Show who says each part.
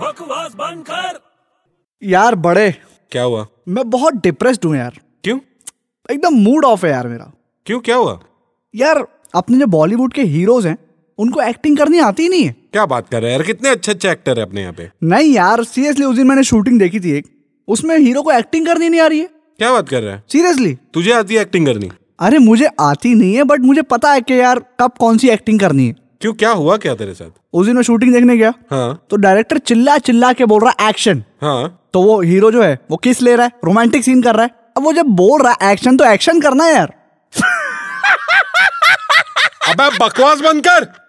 Speaker 1: बकवास बंद कर
Speaker 2: यार बड़े
Speaker 3: क्या हुआ
Speaker 2: मैं बहुत डिप्रेस्ड हूँ यार
Speaker 3: क्यों
Speaker 2: एकदम मूड ऑफ है यार मेरा
Speaker 3: क्यों क्या हुआ
Speaker 2: यार अपने जो बॉलीवुड के हीरोज हैं उनको एक्टिंग करनी आती ही नहीं है
Speaker 3: क्या बात कर रहे हैं यार कितने अच्छे अच्छे एक्टर है अपने यहाँ पे
Speaker 2: नहीं यार सीरियसली उस दिन मैंने शूटिंग देखी थी एक उसमें हीरो को एक्टिंग करनी नहीं आ रही है
Speaker 3: क्या बात कर रहा है
Speaker 2: सीरियसली
Speaker 3: तुझे आती है एक्टिंग करनी
Speaker 2: अरे मुझे आती नहीं है बट मुझे पता है कि यार कब कौन सी एक्टिंग करनी है
Speaker 3: क्यों क्या हुआ क्या तेरे साथ
Speaker 2: उस दिन मैं शूटिंग देखने गया
Speaker 3: हाँ
Speaker 2: तो डायरेक्टर चिल्ला चिल्ला के बोल रहा है एक्शन
Speaker 3: हाँ
Speaker 2: तो वो हीरो जो है वो किस ले रहा है रोमांटिक सीन कर रहा है अब वो जब बोल रहा है एक्शन तो एक्शन करना है यार
Speaker 3: अबे बकवास बंद कर